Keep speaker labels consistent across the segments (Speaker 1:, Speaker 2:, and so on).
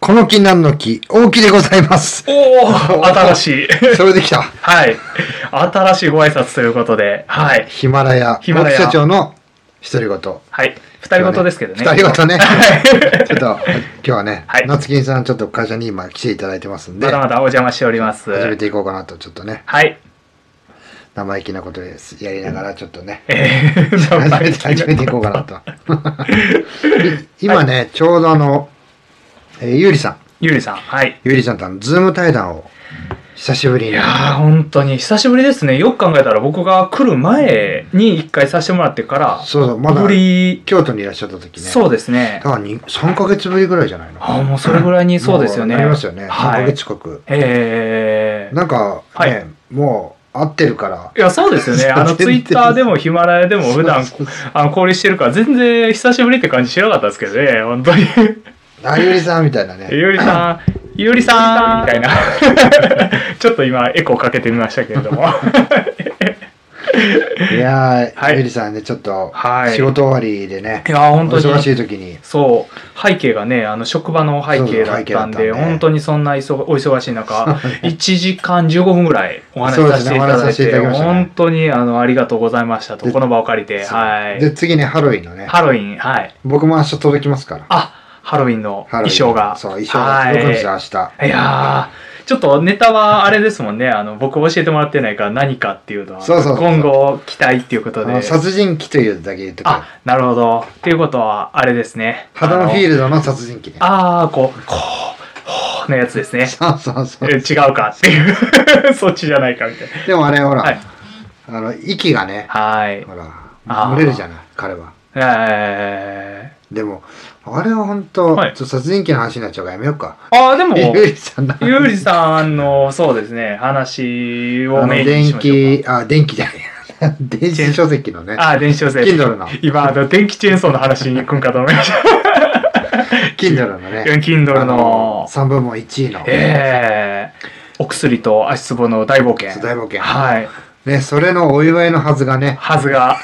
Speaker 1: この木なんの木、大木でござい ます。
Speaker 2: おお新し い。
Speaker 1: それできた。
Speaker 2: はい。新しいご挨拶ということで、はい。
Speaker 1: ヒマラヤ、
Speaker 2: ヒマラヤ
Speaker 1: 大木社長の独り言。
Speaker 2: はい。二人ごとですけどね。
Speaker 1: 二人ごと ね。
Speaker 2: はい
Speaker 1: ちょっと、今日はね、
Speaker 2: はい
Speaker 1: 夏金さんちょっと会社に今来ていただいてますんで、
Speaker 2: まだまだお邪魔しております。
Speaker 1: 始めていこうかなと、ちょっとね、
Speaker 2: はい。
Speaker 1: 生意気なことです。やりながらちょっとね、
Speaker 2: えー、じゃあ
Speaker 1: 始めて始めていこうかな。 と。今ね、ちょうどあの、えーゆうりさん、
Speaker 2: ゆりさん、はい。
Speaker 1: ゆうりさんとあの、ズーム対談を久しぶり
Speaker 2: い
Speaker 1: に。
Speaker 2: やー、本当に久しぶりですね。よく考えたら僕が来る前に一回させてもらってから、
Speaker 1: そうそう、まだ
Speaker 2: ぶり、
Speaker 1: 京都にいらっしゃった時ね。
Speaker 2: そうですね
Speaker 1: だ。からに3ヶ月ぶりぐらいじゃないの
Speaker 2: あーもうそれぐらいにそうですよね。
Speaker 1: ありますよね。
Speaker 2: は
Speaker 1: 3ヶ
Speaker 2: い
Speaker 1: 月。近く。
Speaker 2: えー。
Speaker 1: なんかね、
Speaker 2: はい
Speaker 1: もう会ってるから。
Speaker 2: いや、そうですよね。あの、
Speaker 1: 全
Speaker 2: ツ
Speaker 1: 然
Speaker 2: イッターでもヒマラヤでも普段
Speaker 1: そうそうそう
Speaker 2: あの、交流してるから、全然久しぶりって感じしなかったですけどね、本当に。
Speaker 1: あゆりさんみたい なね。
Speaker 2: ゆりさん、ゆりさんみたいな。ちょっと今、エコーかけてみましたけれども。
Speaker 1: いやー、
Speaker 2: はい
Speaker 1: ゆりさんね、ちょっと
Speaker 2: はい
Speaker 1: 仕事終わりでね、
Speaker 2: いや、
Speaker 1: お
Speaker 2: 本当
Speaker 1: 忙し
Speaker 2: に。
Speaker 1: い時に。
Speaker 2: そう背景がねあの職場の背
Speaker 1: そう
Speaker 2: 景だったん
Speaker 1: そう背景
Speaker 2: で
Speaker 1: だったんで
Speaker 2: 本当にそんな忙お忙しい中1時間15分ぐらいお話しさせていた
Speaker 1: そう
Speaker 2: だい
Speaker 1: です
Speaker 2: て,、
Speaker 1: ねお話しさせていただきましたね
Speaker 2: 本当にあのありがとうございましたと
Speaker 1: で
Speaker 2: この場を借りてはい
Speaker 1: で、次ね、ハロウィンのね、
Speaker 2: ハロウィンはい
Speaker 1: 僕も明日届きますから。
Speaker 2: あハロウィンの
Speaker 1: ハロウィ
Speaker 2: 衣
Speaker 1: ン
Speaker 2: 装が
Speaker 1: そう、衣装が届くんですよ、
Speaker 2: は
Speaker 1: 明日。
Speaker 2: いいやーちょっとネタはあれですもんねあの僕教えてもらってないから何かっていうのは
Speaker 1: そうそうそう
Speaker 2: 今後期待っていうこと
Speaker 1: あ
Speaker 2: で
Speaker 1: の殺人鬼というだけ言っとく。
Speaker 2: あなるほどっていうことはあれですね
Speaker 1: ハドンフィー
Speaker 2: ル
Speaker 1: ルドの殺人鬼ね。
Speaker 2: ああこうこうほうのやつですね
Speaker 1: そうそうそう
Speaker 2: え。違うかっていう そっちじゃないかみたい
Speaker 1: でもあれ、ほら、
Speaker 2: はい
Speaker 1: あの、息がね
Speaker 2: な、はい
Speaker 1: ほら、
Speaker 2: あー
Speaker 1: 漏れるじゃない、彼は。
Speaker 2: え
Speaker 1: でも、あれは本当、
Speaker 2: はい
Speaker 1: ちょっと殺人鬼の話になっちゃうからやめようか。
Speaker 2: ー、ああでも
Speaker 1: ゆうりさんだ。
Speaker 2: ゆうりさんのそうですね話
Speaker 1: あ
Speaker 2: を
Speaker 1: の
Speaker 2: メインに
Speaker 1: 電
Speaker 2: しましょう
Speaker 1: 気、あ、電気じゃない。 電子書籍のね、
Speaker 2: かあー電子書籍
Speaker 1: Kindle の、
Speaker 2: 今あの電気チェーンソーの話に行くんかと思いました
Speaker 1: Kindle のね、
Speaker 2: Kindle
Speaker 1: あの
Speaker 2: の
Speaker 1: 3部門1位の、
Speaker 2: ええお薬と足つぼの大冒険。
Speaker 1: 大冒険
Speaker 2: はい。
Speaker 1: ね、それのお祝いのはずがね、
Speaker 2: はずが。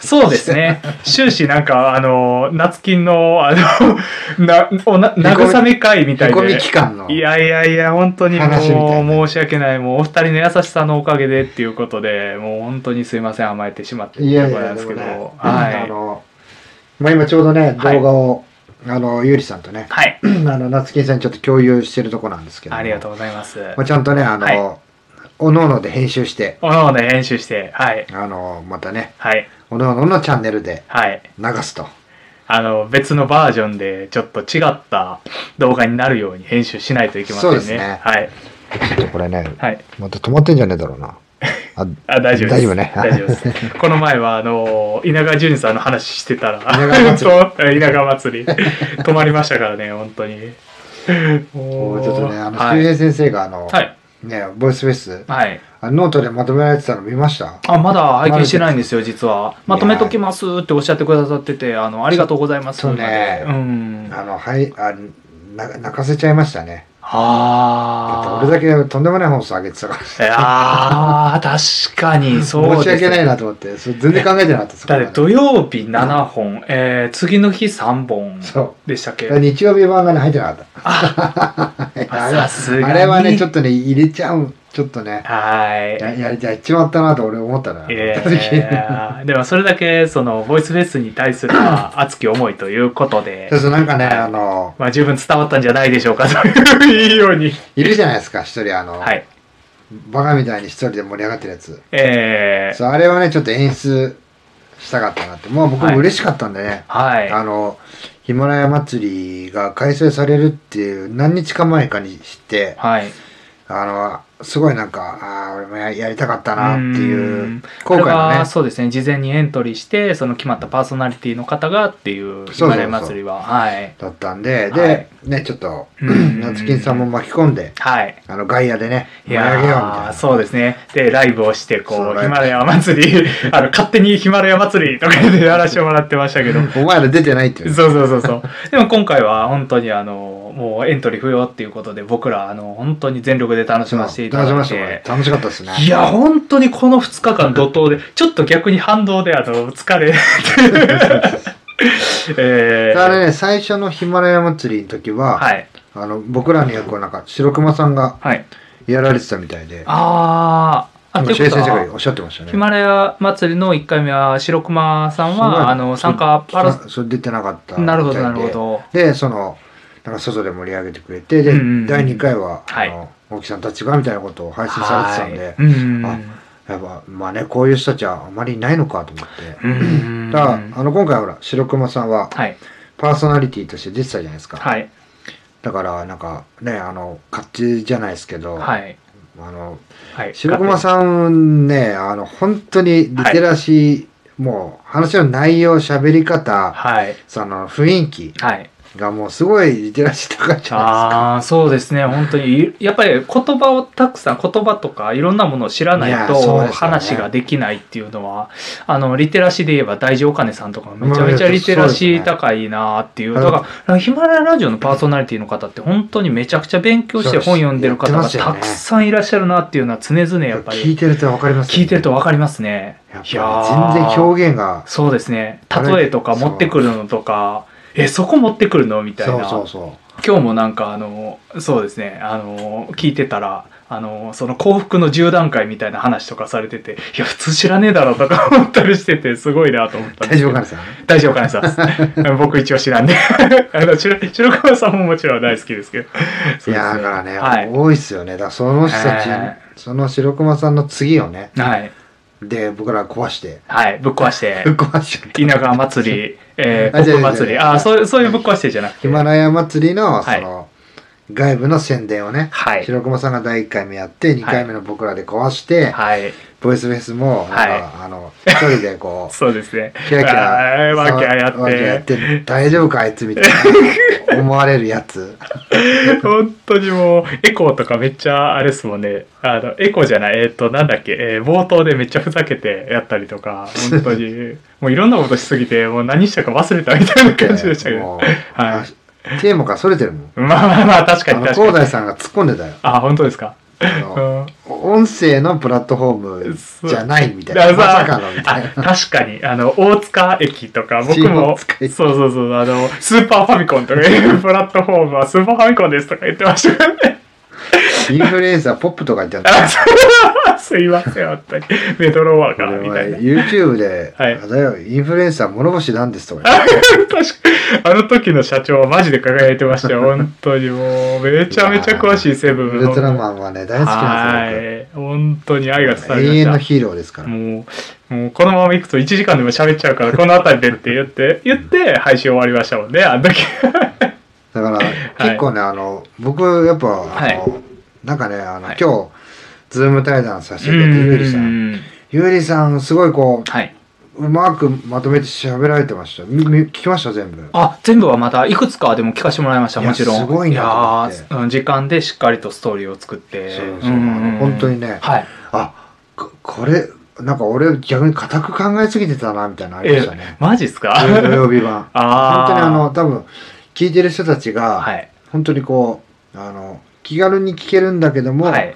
Speaker 2: そうで すね。終始なんか、あの、夏金の、あの、 な、おな、慰め会みた
Speaker 1: へ
Speaker 2: い
Speaker 1: こみ
Speaker 2: で。
Speaker 1: 期間の、
Speaker 2: いやいやいや、本当に
Speaker 1: 話みたい
Speaker 2: もう申し訳ない。もうお二人の優しさのおかげでっていうことで、もう本当にすいません、甘えてしまって。
Speaker 1: いやい
Speaker 2: ところな
Speaker 1: や、
Speaker 2: んで
Speaker 1: ですも
Speaker 2: けど。
Speaker 1: ね、あ
Speaker 2: は
Speaker 1: の、まあ、今ちょうどね、
Speaker 2: はい
Speaker 1: 動画を、あの、ゆうりさんとね
Speaker 2: い。、はい。
Speaker 1: あの、夏金さんにちょっと共有してるとこなんですけど、
Speaker 2: ありがとう
Speaker 1: う。
Speaker 2: ございます。
Speaker 1: まあ、ちゃんとね、あの、
Speaker 2: は
Speaker 1: おのおので編集して、
Speaker 2: おのおの編集して、はい。
Speaker 1: あの、またね、
Speaker 2: はい。
Speaker 1: おのおののチャンネルで
Speaker 2: はい。
Speaker 1: 流すと。
Speaker 2: あの、別のバージョンで、ちょっと違った動画になるように編集しないといけませんね。
Speaker 1: そうですね
Speaker 2: はい。
Speaker 1: ちょっとこれね、
Speaker 2: はい。
Speaker 1: また止まってんじゃねえだろうな。あ、
Speaker 2: あ、大丈夫です。
Speaker 1: 大丈夫ね
Speaker 2: 大丈夫 です。この前は、あの、稲川淳二さんの話してたら、
Speaker 1: 稲川 祭
Speaker 2: そう稲川祭り、止まりましたからね、本当に。
Speaker 1: も
Speaker 2: も
Speaker 1: うちょっとね、あの、
Speaker 2: は
Speaker 1: 周
Speaker 2: い。
Speaker 1: 平先生があの、
Speaker 2: はい。
Speaker 1: ね、ボイスフェス、
Speaker 2: はい。
Speaker 1: あノートでまとめられてたの見ました
Speaker 2: あ、まだ拝見してないんですよ、実は。まとめときますっておっしゃってくださってて、あの、ありがとうございます。
Speaker 1: そうね
Speaker 2: うん。
Speaker 1: あの、はい、あな泣かせちゃいましたね。
Speaker 2: あー
Speaker 1: 俺だけとんでもない本数上げてたから。
Speaker 2: いやー、確かに、そう
Speaker 1: 申
Speaker 2: で
Speaker 1: し
Speaker 2: す
Speaker 1: 訳ないなと思って、それ全然考えてなかった そこ
Speaker 2: だ
Speaker 1: ま
Speaker 2: っ
Speaker 1: で
Speaker 2: て土曜日7本、えー、次の日3本
Speaker 1: そ
Speaker 2: でしたっけ
Speaker 1: だから日曜日版がね、入ってなかった。
Speaker 2: あさすがに
Speaker 1: あれはね、ちょっとね、入れちゃう、ちょっとね、や
Speaker 2: は
Speaker 1: やりちゃっちまったなと俺思ったな。
Speaker 2: ーい えー、でもそれだけそのボイスフェスに対するま あ熱き思いということで
Speaker 1: そうそう、なんかね、
Speaker 2: はい
Speaker 1: あの、
Speaker 2: まあ十分伝わったんじゃないでしょうかといういいように
Speaker 1: いるじゃないですか、一人、あの、
Speaker 2: はい
Speaker 1: バカみたいに一人で盛り上がってるやつ。
Speaker 2: えー、
Speaker 1: そう、あれはね、ちょっと演出したかったなって。まあ僕
Speaker 2: はい
Speaker 1: も嬉しかったんでね、
Speaker 2: はい
Speaker 1: あの、ヒマラヤ祭りが開催されるっていう何日か前かに知って、
Speaker 2: はい
Speaker 1: あの、すごいなんか、ああ、俺もややりたかったなっていう
Speaker 2: うーん、
Speaker 1: 後悔
Speaker 2: これ
Speaker 1: のね
Speaker 2: は、そうですね事前にエントリーしてその決まったパーソナリティの方がっていう
Speaker 1: そうそうそう
Speaker 2: 今ま祭りははい
Speaker 1: だったんで、
Speaker 2: は
Speaker 1: で
Speaker 2: い、
Speaker 1: ね、ちょっと、
Speaker 2: う ん
Speaker 1: 夏金さんも巻き込んで、
Speaker 2: はい
Speaker 1: あの、外野でね、
Speaker 2: い
Speaker 1: 盛り上げようみたい
Speaker 2: やー
Speaker 1: な。
Speaker 2: そうですね。で、ライブをして、こう、
Speaker 1: そうライブ
Speaker 2: ヒマラヤ祭り、 あの、勝手にヒマラヤ祭りとかでやらせてもらってましたけど。
Speaker 1: お前ら出てないっていうね。
Speaker 2: そうそうそうそう。でも今回は本当にあの、もうエントリー不要っていうことで、僕ら、あの、本当に全力で楽しませていた
Speaker 1: 楽し
Speaker 2: だ
Speaker 1: ま
Speaker 2: い。
Speaker 1: せてもらってて楽しかったですね。
Speaker 2: いや、本当にこの2日間怒涛で、ちょっと逆に反動で、あの、疲れ。 えー
Speaker 1: あれね、最初のヒマラヤ祭りの時は、
Speaker 2: はい。
Speaker 1: あの、僕らの役はなんか、白熊さんが
Speaker 2: はい。
Speaker 1: やられてたみたいで、
Speaker 2: あー、あ、
Speaker 1: なん
Speaker 2: っ
Speaker 1: か
Speaker 2: て
Speaker 1: シェ
Speaker 2: こ
Speaker 1: イ
Speaker 2: と
Speaker 1: 先生が
Speaker 2: は、
Speaker 1: おっしゃってましたね。
Speaker 2: ヒマラヤ祭りの1回目は、白熊さ
Speaker 1: そ
Speaker 2: ん
Speaker 1: れ
Speaker 2: は、あの、参加パラ
Speaker 1: そ、それ出てなかったみたいで。
Speaker 2: なるほど、なるほど。
Speaker 1: で、その、なんか外で盛り上げてくれて、で、
Speaker 2: うんうんうん
Speaker 1: 第2回は、
Speaker 2: はい
Speaker 1: あの、大木さんたちがみたいなことを配信されてたんで、
Speaker 2: はいうん
Speaker 1: あやっぱ、まあね、こういう人たちはあまりいないのかと思って。
Speaker 2: うん。
Speaker 1: だから、あの、今回ほら、白熊さんは
Speaker 2: はい。
Speaker 1: パーソナリティとして出てたじゃないですか。
Speaker 2: はい。
Speaker 1: だから、なんか、ね、あの、勝手じゃないですけど、
Speaker 2: はい。
Speaker 1: あの、
Speaker 2: はい。
Speaker 1: 白熊さんね、あの、本当にリテラシー、もう、話の内容、喋り方、
Speaker 2: はい。
Speaker 1: その雰囲気
Speaker 2: はい。
Speaker 1: がもうすごいリテラシー高いじゃない
Speaker 2: ああ、そうですね。本当に。やっぱり言葉をたくさん、言葉とかいろんなものを知らない
Speaker 1: いやそ
Speaker 2: と
Speaker 1: うですよね
Speaker 2: 話ができないっていうのは、あの、リテラシーで言えば大地お金さんとかめちゃ
Speaker 1: まあ
Speaker 2: めちゃリテラ
Speaker 1: そう
Speaker 2: シ
Speaker 1: です
Speaker 2: ー
Speaker 1: ね
Speaker 2: 高いなっていう。
Speaker 1: あ
Speaker 2: だ
Speaker 1: の
Speaker 2: から、ヒマラヤラジオのパーソナリティの方って本当にめちゃくちゃ勉強して
Speaker 1: そうです
Speaker 2: 本読んでる
Speaker 1: やっ
Speaker 2: 方
Speaker 1: て
Speaker 2: が
Speaker 1: ますよ
Speaker 2: た
Speaker 1: ね
Speaker 2: くさんいらっしゃるなっていうのは常々や
Speaker 1: です
Speaker 2: っぱ
Speaker 1: か。聞い
Speaker 2: り
Speaker 1: てるとわかります、
Speaker 2: 聞いてるとわかりますね。
Speaker 1: やっ
Speaker 2: いやー
Speaker 1: ぱ全然表現が、
Speaker 2: そうですね。
Speaker 1: あれ
Speaker 2: 例えとか持ってくるのとか、え、そこ持ってくるのみたいな。
Speaker 1: そうそうそう。
Speaker 2: 今日もなんかあのそうですねあの聞いてたらあのその幸福の10段階みたいな話とかされてていや普通知らねえだろうとか思ったりしててすごいなと思ったんで
Speaker 1: 大
Speaker 2: す
Speaker 1: 丈夫
Speaker 2: けど
Speaker 1: かなさん。
Speaker 2: 大丈夫かなさん です僕一応知らんで あの白白川さんももちろん大好きですけど
Speaker 1: い
Speaker 2: そうですね
Speaker 1: やーだからね、
Speaker 2: はい
Speaker 1: 多いっすよね。だからその人たち、
Speaker 2: え
Speaker 1: その白熊さんの次をね、
Speaker 2: はい、
Speaker 1: で、僕ら壊して、
Speaker 2: はい、ぶっ 壊して
Speaker 1: ぶっ壊しちゃった。
Speaker 2: 稲川祭 り、えー、
Speaker 1: あ
Speaker 2: 国
Speaker 1: 違う違う違う
Speaker 2: 分祭りああそうそういうぶっ壊してじゃなく
Speaker 1: ヒ
Speaker 2: て
Speaker 1: マラヤ祭りの、
Speaker 2: は
Speaker 1: そ
Speaker 2: い
Speaker 1: の、外部の宣伝をね、
Speaker 2: はい
Speaker 1: 白熊さんが第1回目やって、2回目の僕らで壊して、
Speaker 2: はい
Speaker 1: ボイスフェスも、なんか、
Speaker 2: はい
Speaker 1: あの、一人でこう、
Speaker 2: そうですね
Speaker 1: キラキラ
Speaker 2: あーわけあやって
Speaker 1: わけあやって大丈夫かあいつみたいな 思われるやつ
Speaker 2: 本当にもう、エコーとかめっちゃあれですもんね。あの、エコーじゃない、えっ、と、なんだっけ、えー冒頭でめっちゃふざけてやったり とか、本当に、もういろんなことしすぎて、もう何したか忘れたみたいな感じでしたけど。
Speaker 1: もう
Speaker 2: はい
Speaker 1: あテーマからそれてるもん
Speaker 2: まあまあまあ、確
Speaker 1: あ
Speaker 2: かに
Speaker 1: の
Speaker 2: 確
Speaker 1: 広
Speaker 2: かに。
Speaker 1: 大さんが突っ込んでたよ
Speaker 2: あ、本当ですか。
Speaker 1: あ
Speaker 2: う
Speaker 1: の
Speaker 2: ん。
Speaker 1: 音声のプラットフォームじゃないみたい
Speaker 2: だ
Speaker 1: なま
Speaker 2: から
Speaker 1: さかのみたいな
Speaker 2: あ確かにあの大塚駅 とか僕
Speaker 1: 大
Speaker 2: も
Speaker 1: 塚
Speaker 2: そう
Speaker 1: 駅
Speaker 2: そうそうあのスーパーファミコンとかいうプラットフォームはスーパーファミコンですとか言ってましたからね
Speaker 1: インフルエンサーポップとか言ってあった
Speaker 2: あそう すいません本当にメトロワーカ
Speaker 1: こ
Speaker 2: ー
Speaker 1: れ
Speaker 2: み
Speaker 1: は
Speaker 2: たいな
Speaker 1: YouTube で、
Speaker 2: はい
Speaker 1: あれだよインフルエンサー諸星なんですとか言って
Speaker 2: 確かあの時の社長はマジで輝いてましたよ本当にもうめちゃめちゃ詳しいセブン
Speaker 1: ウルトラマ
Speaker 2: ン
Speaker 1: ンはね大好きなんですよ
Speaker 2: はい本当に愛が伝わ
Speaker 1: 僕
Speaker 2: り
Speaker 1: 永遠
Speaker 2: ました
Speaker 1: のヒーローですから
Speaker 2: もう、もうこのまま行くと1時間でも喋っちゃうから、この辺りでって言って、言って、配信終わりましたもんね、あの時。
Speaker 1: だから、結構ね、あの、僕、やっぱ、あの、
Speaker 2: はい
Speaker 1: なんかね、あの、
Speaker 2: はい
Speaker 1: 今日、ズーム対談させてくれて、ゆうりさん。ゆうりさん、すごいこ
Speaker 2: はい。
Speaker 1: う、うまくまとめて喋られてました。みみ聞きました、全部。
Speaker 2: あ、全部はまた、いくつかでも聞かせてもらいました、
Speaker 1: いや
Speaker 2: もちろん。
Speaker 1: すごいなと思って
Speaker 2: いやーうん時間でしっかりとストーリーを作って。
Speaker 1: そうそう
Speaker 2: うんうんうん
Speaker 1: あの本当にね
Speaker 2: はい。
Speaker 1: あ、ここれ、なんか俺、逆に固く考えすぎてたな、みたいなのありま
Speaker 2: え
Speaker 1: したね、。
Speaker 2: マジっすか
Speaker 1: 土曜日版。
Speaker 2: あ
Speaker 1: 本
Speaker 2: ー
Speaker 1: 当にあの、多分、聞いてる人たちが、
Speaker 2: はい。
Speaker 1: 本当にこう、あの、気軽に聞けるんだけども、
Speaker 2: はい。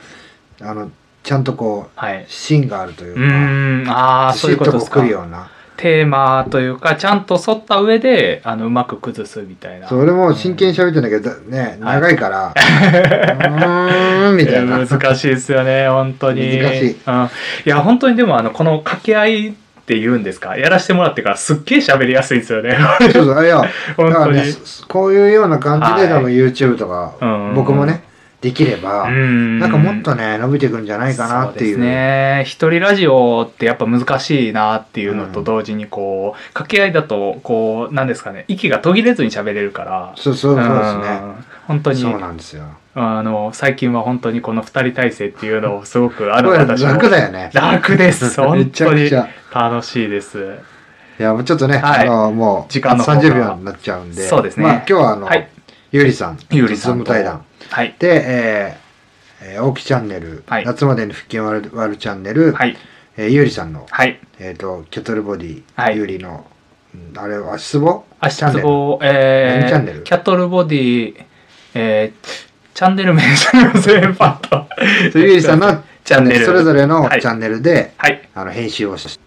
Speaker 1: あの、ちゃんとこ、。
Speaker 2: はいう
Speaker 1: 芯があるといううか、
Speaker 2: ーん、ああ、
Speaker 1: ず
Speaker 2: そうい
Speaker 1: しっ
Speaker 2: うことと
Speaker 1: こ
Speaker 2: で
Speaker 1: う
Speaker 2: すか
Speaker 1: 来る。ような。
Speaker 2: テーマというか、ちゃんと沿った上で、あの、うまく崩すみたいな。
Speaker 1: それも真剣に喋ってんだけど、ね、
Speaker 2: はい
Speaker 1: 長いから、 うーん、みたいな。
Speaker 2: や難しいですよね本当に
Speaker 1: 難しい
Speaker 2: うん、いや本当にでもあのこの掛け合いって言うんですかやらせてもらってからすっげえ喋りやすいんですよね
Speaker 1: そうそう、あいや、だ
Speaker 2: 本
Speaker 1: から
Speaker 2: 当に、
Speaker 1: ね、そこういうような感じで、
Speaker 2: はい
Speaker 1: 多分 YouTube とか
Speaker 2: うん、
Speaker 1: 僕もね、できれば、
Speaker 2: ん
Speaker 1: なんかもっとね、伸びてくんじゃないかなってい。
Speaker 2: そううですね一人ラジオってやっぱ難しいなっていうのと同時にこう掛け合いだとこうなんですかね息が途切れずに喋れるから
Speaker 1: そうそうそうですね。
Speaker 2: ん本当に
Speaker 1: そうなんですよ。
Speaker 2: あの最近は本当にこの二人体制っていうのをすごくあ
Speaker 1: こ
Speaker 2: の
Speaker 1: れ
Speaker 2: 私も
Speaker 1: 楽だよね。
Speaker 2: 楽で す
Speaker 1: め
Speaker 2: 本
Speaker 1: ちゃ
Speaker 2: 当
Speaker 1: く
Speaker 2: に
Speaker 1: ちゃ。
Speaker 2: 楽しいです
Speaker 1: いや、もうちょっとね、
Speaker 2: はい
Speaker 1: あの、もう、
Speaker 2: 時間の方が
Speaker 1: 30秒になっちゃうんで、
Speaker 2: そうですね
Speaker 1: まあ今日はあの
Speaker 2: はい、
Speaker 1: ゆうりさん、
Speaker 2: ゆうりさ
Speaker 1: ズー
Speaker 2: ん
Speaker 1: ム
Speaker 2: と
Speaker 1: 対談。
Speaker 2: はい
Speaker 1: で、えーえー、大木チャンネル、
Speaker 2: はい
Speaker 1: 夏までに腹筋割る割るチャンネル、
Speaker 2: はい
Speaker 1: えーゆうりさんの、
Speaker 2: はい
Speaker 1: えー、とケトルボディ、
Speaker 2: はい
Speaker 1: ゆうりの、うんあれは足つぼ
Speaker 2: 足
Speaker 1: チャンネ
Speaker 2: つ
Speaker 1: ル
Speaker 2: ぼえ
Speaker 1: 何
Speaker 2: ー、
Speaker 1: チャンネル
Speaker 2: キャトルボディえー、チャンネル名すいませんパッと
Speaker 1: そうゆうりさんの
Speaker 2: チャンネル
Speaker 1: それぞれの
Speaker 2: はい
Speaker 1: チャンネルで、
Speaker 2: はい
Speaker 1: あの編集をし